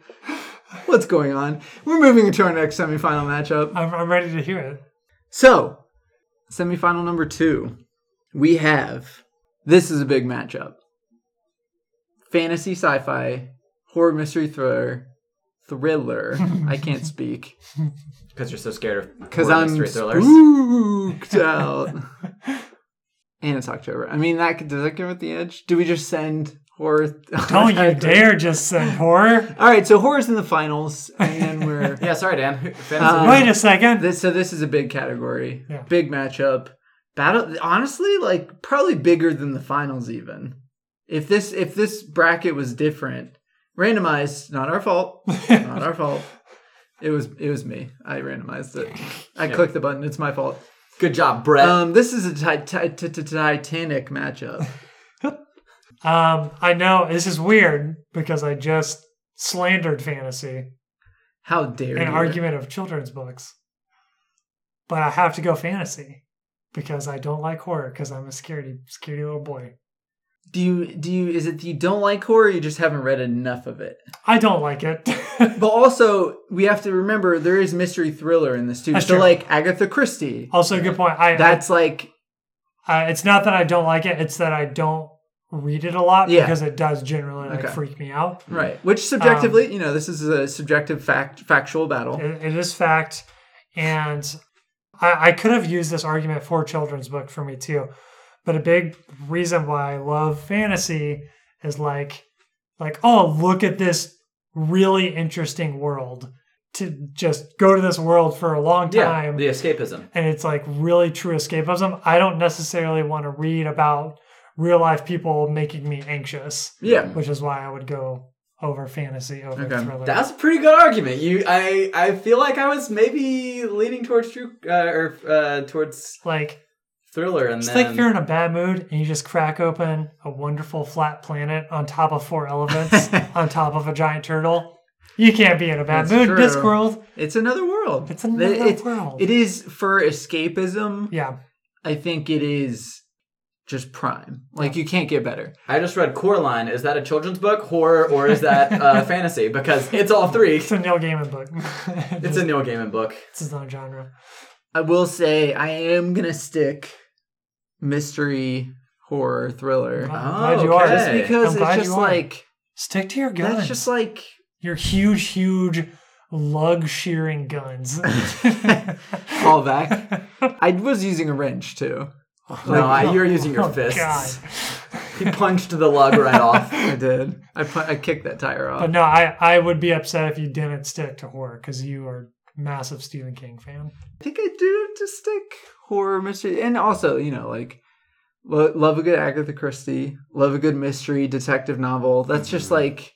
S3: What's going on? We're moving into our next semifinal matchup.
S2: I'm, I'm ready to hear it.
S3: So, semifinal number two, we have this is a big matchup fantasy, sci fi, horror, mystery, thriller. Thriller. I can't speak
S1: Because you're so scared of
S3: because
S1: horror
S3: I'm
S1: mystery thrillers.
S3: spooked out. and it's October. I mean, that could- does that give it the edge? Do we just send horror?
S2: Don't you dare just send horror.
S3: All right, so horror's in the finals, and then we're
S1: Yeah, sorry, Dan. Who- Fantasy.
S3: Um,
S2: Wait a second.
S3: This, so this is a big category,
S2: Yeah.
S3: big matchup. Battle, honestly, like probably bigger than the finals even. If this if this bracket was different, randomized, not our fault, not our fault. It was it was me. I randomized it. I clicked the button. It's my fault.
S1: Good job, Brett.
S3: Um, this is a ti- ti- ti- ti- Titanic matchup.
S2: Um, I know this is weird because I just slandered fantasy.
S3: How dare
S2: an
S3: you?
S2: argument of children's books. But I have to go fantasy because I don't like horror because I'm a scaredy, scaredy little boy.
S3: Do you do you? Is it you don't like horror? Or you just haven't read enough of it.
S2: I don't like it.
S3: But also, we have to remember there is mystery thriller in this too.
S2: That's
S3: so
S2: true. Oh,
S3: like Agatha Christie.
S2: also, good point. I,
S3: That's like
S2: I- it's not that I don't like it; it's that I don't read it a lot
S3: Yeah.
S2: because it does generally like
S3: Okay.
S2: freak me out.
S3: right. Which subjectively, you know, this is a subjective fact factual battle.
S2: Um, It, it is fact, and I, I could have used this argument for children's book for me too. But a big reason why I love fantasy is like, like oh look at this really interesting world. To just go to this world for a long
S1: yeah,
S2: time,
S1: the escapism.
S2: and it's like really true escapism. I don't necessarily want to read about real life people making me anxious,
S3: Yeah.
S2: which is why I would go over fantasy over
S3: Okay.
S2: thriller.
S1: That's a pretty good argument. You, I, I feel like I was maybe leaning towards true uh, or uh, towards
S2: like
S1: thriller, and
S2: It's
S1: then
S2: like if you're in a bad mood and you just crack open a wonderful flat planet on top of four elephants on top of a giant turtle. You can't be in a bad
S3: That's
S2: mood.
S3: true.
S2: Discworld.
S3: It's another world.
S2: It's another
S3: It- it-
S2: world.
S3: It is for escapism.
S2: Yeah.
S3: I think it is just prime. Like you can't get better.
S1: I just read Coraline. Is that a children's book, horror, or is that uh, fantasy? Because it's all three.
S2: It's a Neil Gaiman book.
S1: It's a Neil Gaiman book.
S2: it's his own genre.
S3: I will say I am gonna stick mystery, horror,
S2: I'm
S3: thriller.
S1: Oh,
S2: glad you
S1: okay.
S2: are.
S3: Just because
S2: Uh, I'm glad
S3: it's just
S2: you are.
S3: like
S2: Stick to your guns.
S3: that's just like
S2: your huge, huge lug shearing guns.
S3: callback. I was using a wrench too.
S1: No, I, you're using your
S2: Oh,
S1: fists.
S2: God.
S1: He punched the lug right off.
S3: I did. I put, I kicked that tire off.
S2: But no, I, I would be upset if you didn't stick to horror because you are a massive Stephen King fan.
S3: I think I do have to stick horror mystery, and also you know like lo- love a good Agatha Christie, love a good mystery detective novel. That's just
S2: Mm-hmm.
S3: like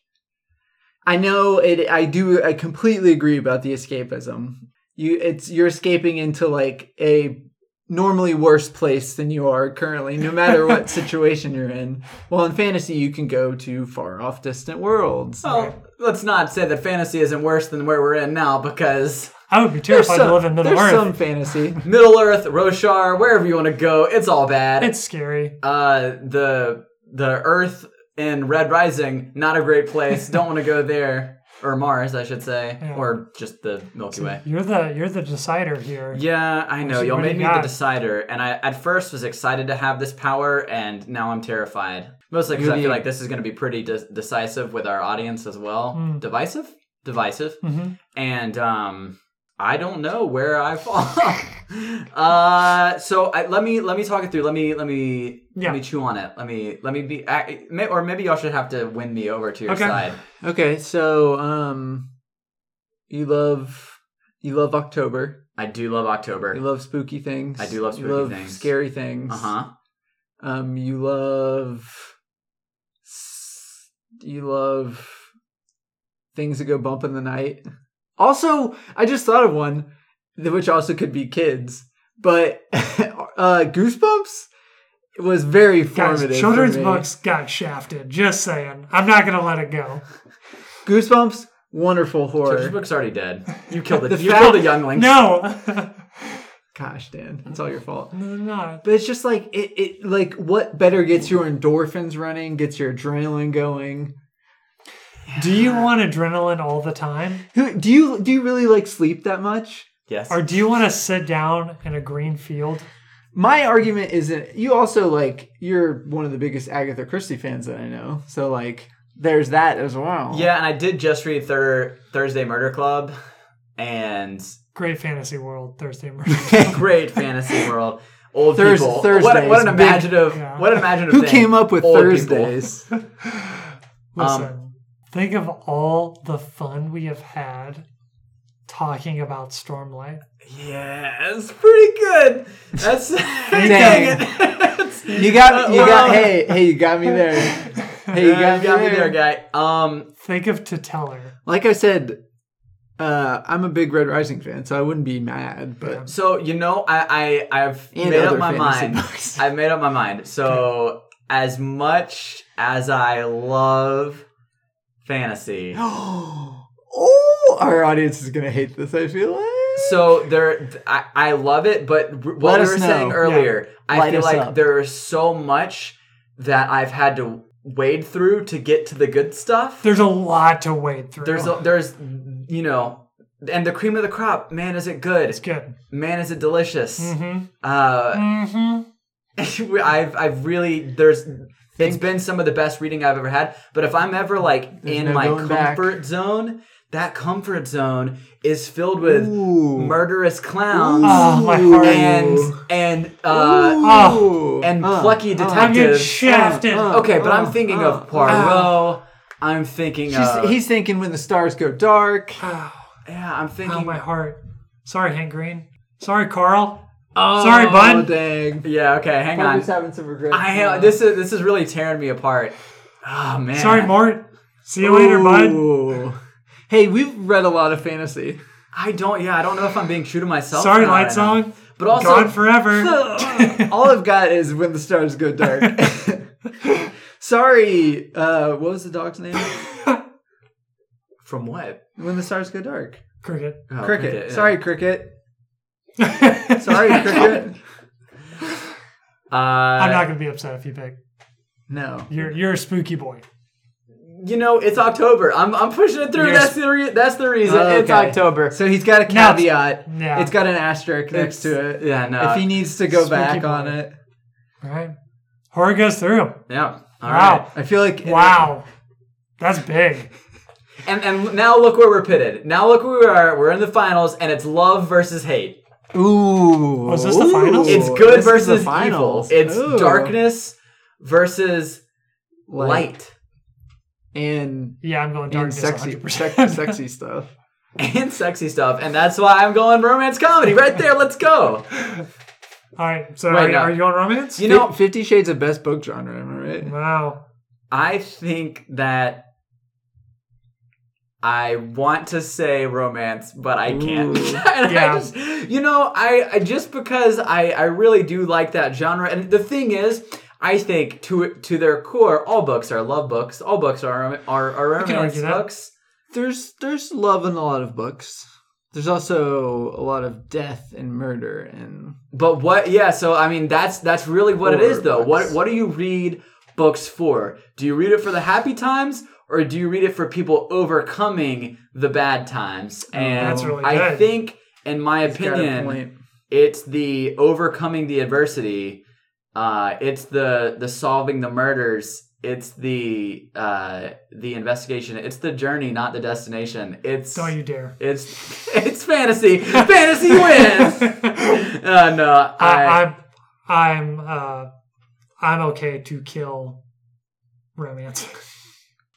S3: I know it. I do. I completely agree about the escapism. You, it's you're escaping into like a normally worse place than you are currently, no matter what situation you're in. Well, in fantasy, you can go to far off, distant worlds.
S1: Well, let's not say that fantasy isn't worse than where we're in now, because
S2: I would be
S3: There's
S2: terrified to live in Middle
S3: there's
S2: Earth.
S3: some fantasy.
S1: Middle Earth, Roshar, wherever you want to go, it's all bad.
S2: It's scary.
S1: uh, the the Earth in Red Rising, not a great place. Don't want to go there, or Mars, I should say,
S2: Yeah.
S1: or just the Milky Way.
S2: You're the you're the decider here.
S1: Yeah, I know.
S2: So
S1: Y'all
S2: what do
S1: made
S2: you
S1: me the
S2: got?
S1: decider, and I at first was excited to have this power, and now I'm terrified. Mostly because
S3: You're
S1: I
S3: the-
S1: feel like this is going to be pretty de- decisive with our audience as well.
S2: Mm.
S1: Divisive, divisive,
S2: hmm
S1: and um, I don't know where I fall. uh, so I, let me let me talk it through. Let me let me
S2: Yeah.
S1: let me chew on it. Let me let me be, I, may, or maybe y'all should have to win me over to your
S2: Okay.
S1: side.
S3: Okay, so um, you love you love October.
S1: I do love
S3: You
S1: October.
S3: love spooky things.
S1: I do love
S3: you
S1: spooky
S3: love
S1: things.
S3: Scary things.
S1: Uh huh.
S3: Um, you love s- you love things that go bump in the night. Also, I just thought of one, th- which also could be kids, but uh, Goosebumps was very
S2: Guys,
S3: formative. for
S2: children's
S3: me.
S2: books got shafted. Just saying. I'm not gonna let it go.
S3: Goosebumps, wonderful horror.
S1: Children's book's already dead. You killed it.
S3: The
S1: You
S3: fact-
S1: killed a youngling.
S2: No.
S3: Gosh, Dan,
S2: Mm-hmm.
S3: it's all your fault.
S2: No, they're not.
S3: But it's just like it, it like what better gets your endorphins running, gets your adrenaline going.
S2: Do you want adrenaline all the time?
S3: Who do you do you really like sleep that much?
S1: Yes.
S2: Or do you want to sit down in a green field?
S3: My argument is that you also like you're one of the biggest Agatha Christie fans that I know. So like there's that as well.
S1: yeah, and I did just read Thur- Thursday Murder Club, and
S2: Great fantasy world, Thursday morning.
S1: great fantasy world. Old
S3: Thurs-
S1: people.
S3: Thursdays,
S1: What, a- what an
S3: big-
S1: imaginative.
S2: Yeah.
S1: What an imaginative.
S3: Who
S1: thing.
S3: came up with
S1: Old people.
S3: Thursdays? Um,
S2: Listen, think of all the fun we have had talking about Stormlight.
S1: Yeah, it's pretty good. That's dang it.
S3: You got you
S1: Well,
S3: got hey, hey, you got me there. Hey, you
S1: yeah,
S3: got,
S1: you got me there, guy. Um,
S2: Think of Tateller.
S3: Like I said, uh, I'm a big Red Rising fan, so I wouldn't be mad, but
S1: so you know, I, I I've
S3: And
S1: made up
S3: other
S1: my
S3: fantasy
S1: mind.
S3: books.
S1: I've made up my mind. So as much as I love fantasy,
S3: oh, our audience is gonna hate this. I feel like.
S1: so there I, I love it but r- what
S3: Let
S1: we
S3: us
S1: were saying
S3: know.
S1: earlier i
S3: Light
S1: feel
S3: us
S1: like
S3: up.
S1: there is so much that i've had to wade through to get to the good stuff
S2: There's a lot to wade through.
S1: there's
S3: Oh.
S1: a, there's you know and the cream of the crop man is it good
S2: it's good.
S1: man is it delicious
S2: Mm-hmm.
S1: uh
S2: Mm-hmm.
S1: i've i've really there's it's been some of the best reading i've ever had but if i'm ever like
S3: There's
S1: in
S3: no
S1: my
S3: going back.
S1: comfort zone that comfort zone is filled with
S3: Ooh.
S1: murderous clowns
S2: Oh, my heart.
S1: and
S3: Ah, Ooh.
S1: and uh,
S2: oh,
S1: and
S3: Uh,
S1: plucky
S3: uh,
S2: I'm getting
S1: detectives.
S2: shafted.
S3: uh,
S1: okay, but
S3: uh,
S1: I'm thinking
S3: uh,
S1: of Poirot. I'm thinking
S3: She's-
S1: of
S3: he's thinking when the stars go dark.
S1: yeah. I'm
S2: oh,
S1: thinking
S2: my heart. Sorry, Hank Green. Sorry, Carl.
S1: Oh,
S2: Sorry,
S3: Oh
S2: bud.
S3: dang!
S1: yeah. Okay, hang
S3: I'm
S1: on.
S3: just having some regrets.
S1: I
S3: now.
S1: uh, this is this is really tearing me apart. Oh man.
S2: Sorry, Mort. See you later, bud.
S3: Ooh. Hey, we've read a lot of fantasy.
S1: I don't. Yeah, I don't know if I'm being true to myself.
S2: Sorry,
S1: or not
S2: lights
S1: right now.
S2: on.
S1: But also,
S2: Gone forever.
S3: All I've got is when the stars go dark. Sorry, uh, what was the dog's name?
S1: from what?
S3: When the stars go dark.
S2: Cricket.
S1: Oh,
S3: cricket.
S1: yeah.
S3: Sorry, cricket. Sorry, cricket.
S1: Uh,
S2: I'm not gonna be upset if you pick.
S3: No.
S2: You're you're a spooky boy.
S1: You know, it's October. I'm, I'm pushing it through.
S2: You're
S1: that's the re- that's the reason. It's
S3: Oh, Okay.
S1: October.
S3: So he's got a
S2: No, it's-
S3: caveat.
S2: yeah.
S3: It's got an asterisk next
S1: It's-
S3: to it.
S1: Yeah, no.
S3: if he needs to go
S2: Spooky
S3: back
S2: boy.
S3: on it.
S2: All right. Horror goes through.
S1: yeah. All right.
S2: wow.
S3: I feel like
S2: Wow. That's big.
S1: And and now look where we're pitted. Now look where we are. We're in the finals, and it's love versus hate.
S3: Ooh.
S2: Was this the finals?
S1: It's
S2: Ooh,
S1: good
S3: this is the
S1: versus evil.
S3: finals.
S1: It's
S3: Ooh.
S1: darkness versus
S3: Like,
S1: light.
S3: and
S2: Yeah, I'm going
S3: and
S2: darkness.
S3: sexy,
S2: 100%.
S3: sexy, sexy stuff.
S1: and sexy stuff. And that's why I'm going romance comedy right there. Let's go.
S2: All right. So
S1: Wait,
S2: are, you,
S1: no.
S2: are you going romance?
S1: You know,
S3: Fifty Shades of best book genre, am I right?
S2: Wow.
S1: I think that. I want to say romance, but I can't.
S3: Ooh.
S1: And I
S2: Yeah.
S1: just- you know, I, I just because I, I really do like that genre, and the thing is, I think to to their core, all books are love books. All books are are, are
S2: I can
S1: romance
S2: argue that.
S1: books.
S3: There's there's love in a lot of books. There's also a lot of death and murder and
S1: But what? Yeah. So I mean, that's that's really what it is,
S3: Horror
S1: though.
S3: books.
S1: What what do you read books for? Do you read it for the happy times, or do you read it for people overcoming the bad times? And
S2: that's really
S1: I
S2: good.
S1: think, in my
S3: Got a
S1: opinion,
S3: point.
S1: it's the overcoming the adversity. Uh, it's the the solving the murders. It's the uh, the investigation. It's the journey, not the destination. It's
S2: Don't you dare.
S1: it's it's fantasy. fantasy wins. Uh, no,
S2: I, I'm I'm uh I'm okay to kill romance.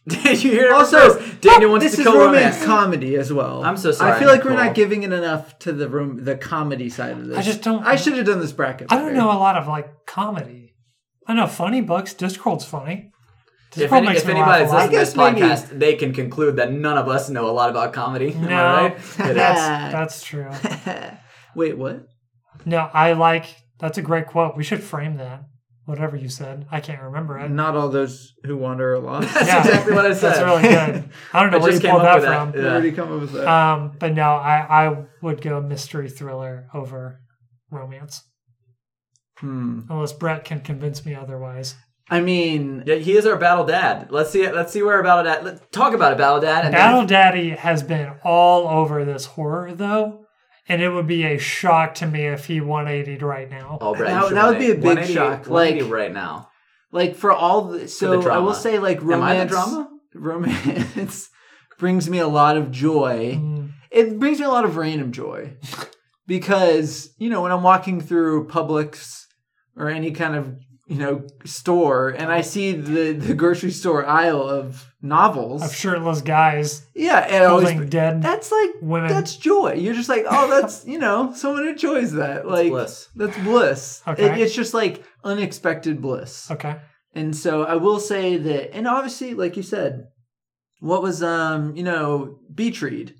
S1: Did you hear it
S3: Also,
S1: first? Daniel wants
S3: this
S1: to
S3: is
S1: kill
S3: romance
S1: romance.
S3: comedy as well.
S1: I'm so sorry,
S3: I feel like we're
S1: Nicole.
S3: not giving it enough to the room, the comedy side of this.
S2: I just don't-
S3: I should have done this bracket.
S2: I don't
S3: better.
S2: know a lot of like comedy. I know funny books. Discworld's funny.
S1: If,
S2: Discworld
S1: any,
S2: makes
S1: if
S2: me laugh a
S1: anybody's
S2: lot.
S1: listening to this
S3: I guess
S1: podcast, they can conclude that none of us know a lot about comedy. Am I
S2: No.
S1: right? It is.
S2: That's that's true.
S3: Wait, what?
S2: No, I like that's a great quote. We should frame that. Whatever you said, I can't remember it.
S3: Not all those who wander are lost.
S1: That's exactly what I said.
S2: That's really good. I don't know
S1: I
S2: where you
S1: just came
S2: pulled
S1: up
S2: that
S1: with that.
S2: from.
S1: Yeah.
S2: Uh,
S3: Where did he come up with that?
S2: Um, but no, I, I would go mystery thriller over romance.
S1: Hmm.
S2: Unless Brett can convince me otherwise.
S3: I mean,
S1: Yeah, he is our battle dad. Let's see. it. Let's see where our battle dad. Let's talk about a battle dad. And
S2: Battle Daddy has been all over this horror though, and it would be a shock to me if he 180'd right now.
S1: oh, Brett,
S3: That-
S1: you should
S3: that would be a big
S1: 180
S3: shock,
S1: 180
S3: like-
S1: right now.
S3: like for all the, so I
S1: drama.
S3: will say like
S1: Am I the
S3: romance
S1: drama?
S3: romance brings me a lot of joy.
S2: Mm,
S3: It brings me a lot of random joy because you know when I'm walking through Publix or any kind of you know store and I see the the grocery store aisle of novels.
S2: of shirtless guys
S3: yeah, and I
S2: holding
S3: always
S2: dead
S3: that's like
S2: women.
S3: that's joy. You're just like, oh, that's you know, someone enjoys that. Like
S1: bliss.
S3: That's bliss.
S2: Okay.
S3: It- it's just like unexpected bliss.
S2: okay.
S3: And so I will say that, and obviously, like you said, what was um, you know, Beach Read.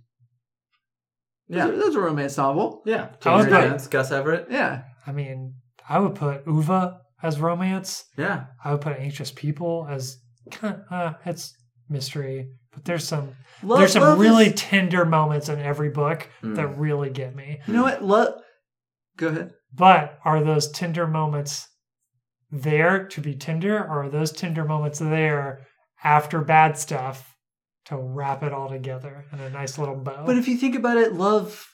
S1: Yeah.
S3: that was a romance novel.
S1: Yeah.
S2: I was
S1: James
S2: right.
S1: Vance, Gus Everett.
S3: Yeah,
S2: I mean, I would put Uva as romance.
S1: Yeah.
S2: I would put Anxious People as kind uh, it's mystery, but there's some
S3: love,
S2: there's some
S3: love
S2: really
S3: is- Hmm.
S2: tender moments in every book
S1: Mm.
S2: that really get me.
S3: you know what? Love. Go ahead.
S2: But are those tender moments there to be tender, or are those tender moments there after bad stuff to wrap it all together in a nice little bow?
S3: But if you think about it, love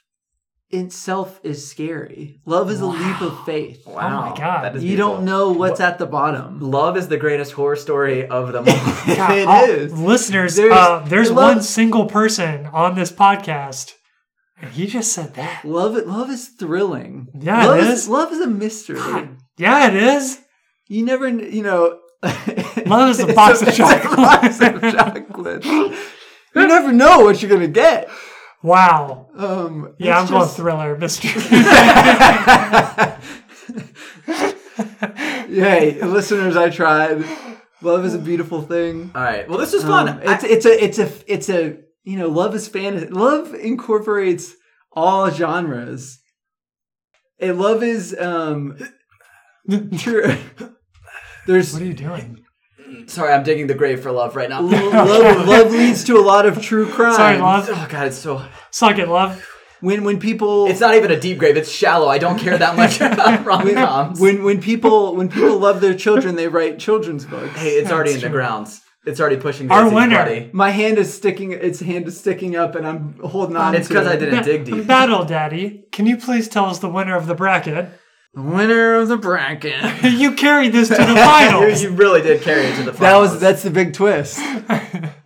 S3: itself is scary. Love is a leap of faith.
S1: Wow.
S2: Oh God.
S1: that is
S3: You
S1: beautiful.
S3: don't know what's at the bottom.
S1: Love is the greatest horror story of them all.
S2: God,
S3: it
S2: all-
S3: is.
S2: listeners.
S3: There's-
S2: uh, there's
S3: I love-
S2: one single person on this podcast, and he just said that.
S3: Love it. Love is thrilling.
S2: Yeah, it
S3: love is,
S2: is.
S3: Love is a mystery.
S2: Yeah, it is.
S3: You never, kn- you know.
S2: Love is a
S3: it's
S2: box of
S3: it's a box of chocolates. You never know what you're gonna get.
S2: Wow.
S3: Um,
S2: Yeah, I'm
S3: it's
S2: going
S3: just-
S2: thriller, mystery.
S3: Hey, listeners, I tried. Love is a beautiful thing.
S1: All right. Well, this was
S3: Um,
S1: fun.
S3: it's
S1: I-
S3: it's a it's a it's a you know love is fantasy. Love incorporates all genres. And love is um true. There's
S2: what are you doing?
S1: sorry, I'm digging the grave for love right now.
S3: Lo- love, love leads to a lot of true crime.
S2: Sorry, love.
S1: Oh God, it's so.
S2: Suck it, love.
S3: When when people
S1: It's not even a deep grave. It's shallow. I don't care that much about rom coms.
S3: when when people when people love their children, they write children's books.
S1: Hey, it's already in
S2: That's
S1: the
S2: true.
S1: grounds. It's already pushing.
S2: Our
S1: Daisy's
S2: winner.
S1: buddy.
S3: My hand is sticking. Its hand is sticking up, and I'm holding on.
S1: It's
S3: to
S1: because
S3: it.
S1: I didn't dig deep.
S2: Battle Daddy, can you please tell us the winner of the bracket?
S3: The winner of the bracket.
S2: You carried this to the
S1: You,
S2: finals.
S1: you really did carry it to the.
S3: That
S1: Finals.
S3: was that's the big twist.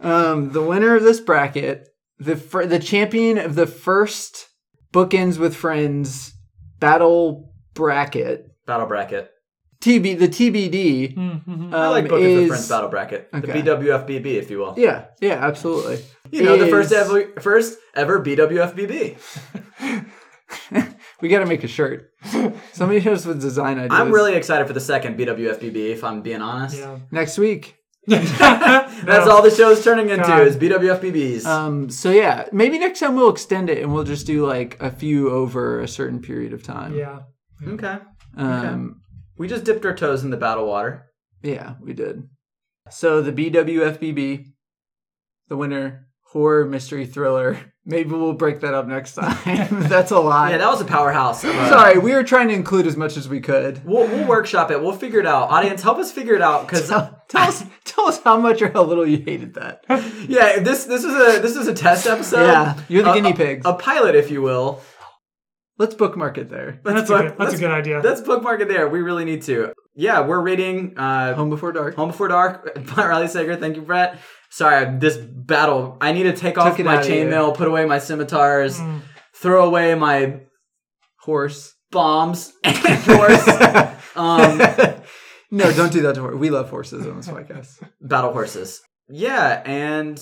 S3: Um, the winner of this bracket, the fir- the champion of the first bookends with friends battle bracket.
S1: battle bracket.
S3: TB the TBD.
S2: Mhm.
S1: I like
S3: um,
S1: Book of the
S3: is-
S1: Friends battle bracket.
S3: Okay.
S1: The BWFBB, if you will.
S3: Yeah, yeah, absolutely.
S1: You know, the first
S3: Is-
S1: ever, first ever BWFBB.
S3: We got to make a shirt. Somebody shows with design ideas.
S1: I'm really excited for the second BWFBB, if I'm being honest.
S2: yeah.
S3: next week.
S1: That's all the show's turning into
S2: God.
S1: is BWFBBs.
S3: Um, so yeah, maybe next time we'll extend it and we'll just do like a few over a certain period of time.
S2: Yeah.
S1: okay.
S3: Um,
S1: We just dipped our toes in the battle water.
S3: yeah, we did. So the BWFBB, the winner, horror mystery thriller. Maybe we'll break that up next time. That's a lot.
S1: Yeah, that was a powerhouse. of a-
S3: Sorry, we were trying to include as much as we could.
S1: We'll, we'll workshop it. We'll figure it out. Audience, help us figure it out because
S3: Tell, tell us, tell us how much or how little you hated that.
S1: yeah, this this is a this is a test episode.
S3: Yeah, you're the
S1: A-
S3: guinea
S1: a-
S3: pigs.
S1: a pilot, if you will.
S3: Let's bookmark it there.
S1: Let's
S2: That's a
S1: book-
S2: good, that's a
S1: let's-
S2: good idea.
S1: Let's bookmark it there. We really need to. Yeah, we're reading uh, Home,
S3: Home before dark.
S1: Before Dark by Riley Sager. Thank you, Brett. Sorry, this battle. I need to take off
S3: it Hmm.
S1: my
S3: out of you.
S1: chainmail, put away my scimitars,
S2: Mm.
S1: throw away my
S3: Horse.
S1: bombs and horse. um,
S3: No, don't do that to horse. We love horses on this podcast.
S1: battle horses. Yeah, and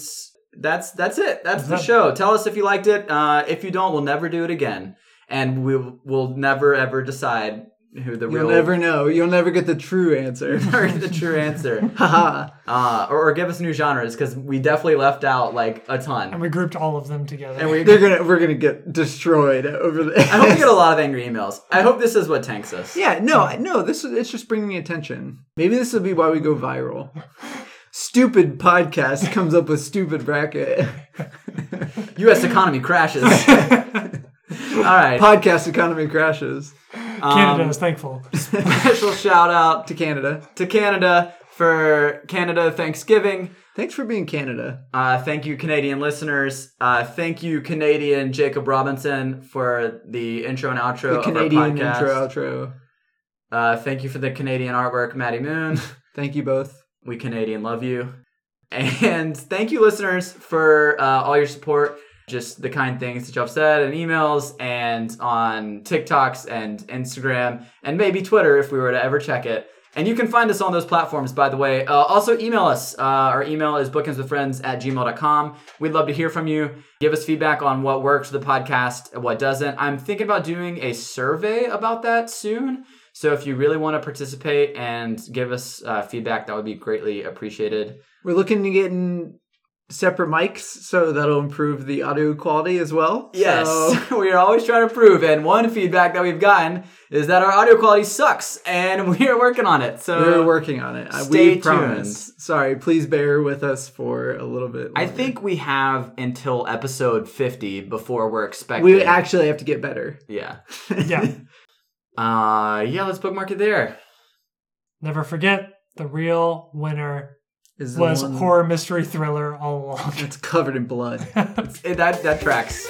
S1: that's that's it. That's the
S2: That's it.
S1: show. Tell us if you liked it. Uh, if you don't, we'll never do it again, and we will never ever decide who the
S3: You'll
S1: real
S3: never know. You'll never get the true answer.
S1: or the true answer.
S3: Haha.
S1: Uh, or, or give us new genres because we definitely left out like a
S2: and
S1: ton.
S2: we grouped all of them together.
S1: And we,
S3: They're gonna we're gonna get destroyed over the
S1: I hope we get a lot of angry emails. I hope this is what tanks us.
S3: Yeah, no, I- no, this is it's just bringing attention. Maybe this will be why we go viral. Stupid podcast comes up with stupid bracket.
S1: U.S. economy crashes. All right.
S3: Podcast economy crashes.
S2: Canada is thankful.
S1: Special shout out
S3: to Canada.
S1: to Canada for Canada Thanksgiving.
S3: Thanks for being Canada.
S1: Uh, thank you, Canadian listeners. Uh, thank you, Canadian Jacob Robinson, for the intro and outro
S3: The
S1: of our
S3: Canadian
S1: podcast.
S3: intro outro.
S1: Uh, thank you for the Canadian artwork, Maddie Moon.
S3: Thank you both.
S1: we Canadian love you. And thank you, listeners, for uh, all your support. Just the kind things that y'all have said and emails and on TikToks and Instagram and maybe Twitter if we were to ever check it. And you can find us on those platforms, by the way. Uh, also, email us. Uh, our email is bookinswithfriends at gmail.com. We'd love to hear from you. Give us feedback on what works for the podcast and what doesn't. I'm thinking about doing a survey about that soon. So if you really want to participate and give us uh, feedback, that would be greatly appreciated.
S3: We're looking to get in separate mics, so that'll improve the audio quality as well. So-
S1: we are always trying to improve. And one feedback that we've gotten is that our audio quality sucks, and we are working on it. So
S3: We're working on it. I-
S1: stay
S3: we promise. Sorry, please bear with us for a little bit.
S1: I
S3: longer.
S1: think we have until episode 50 before we're expected.
S3: we actually have to get better.
S1: yeah.
S2: Yeah.
S1: Uh, yeah, let's bookmark it there.
S2: Never forget the real winner
S3: Is the
S2: was
S3: one
S2: horror mystery thriller all along.
S3: That's covered in blood.
S1: Eh, That, that tracks.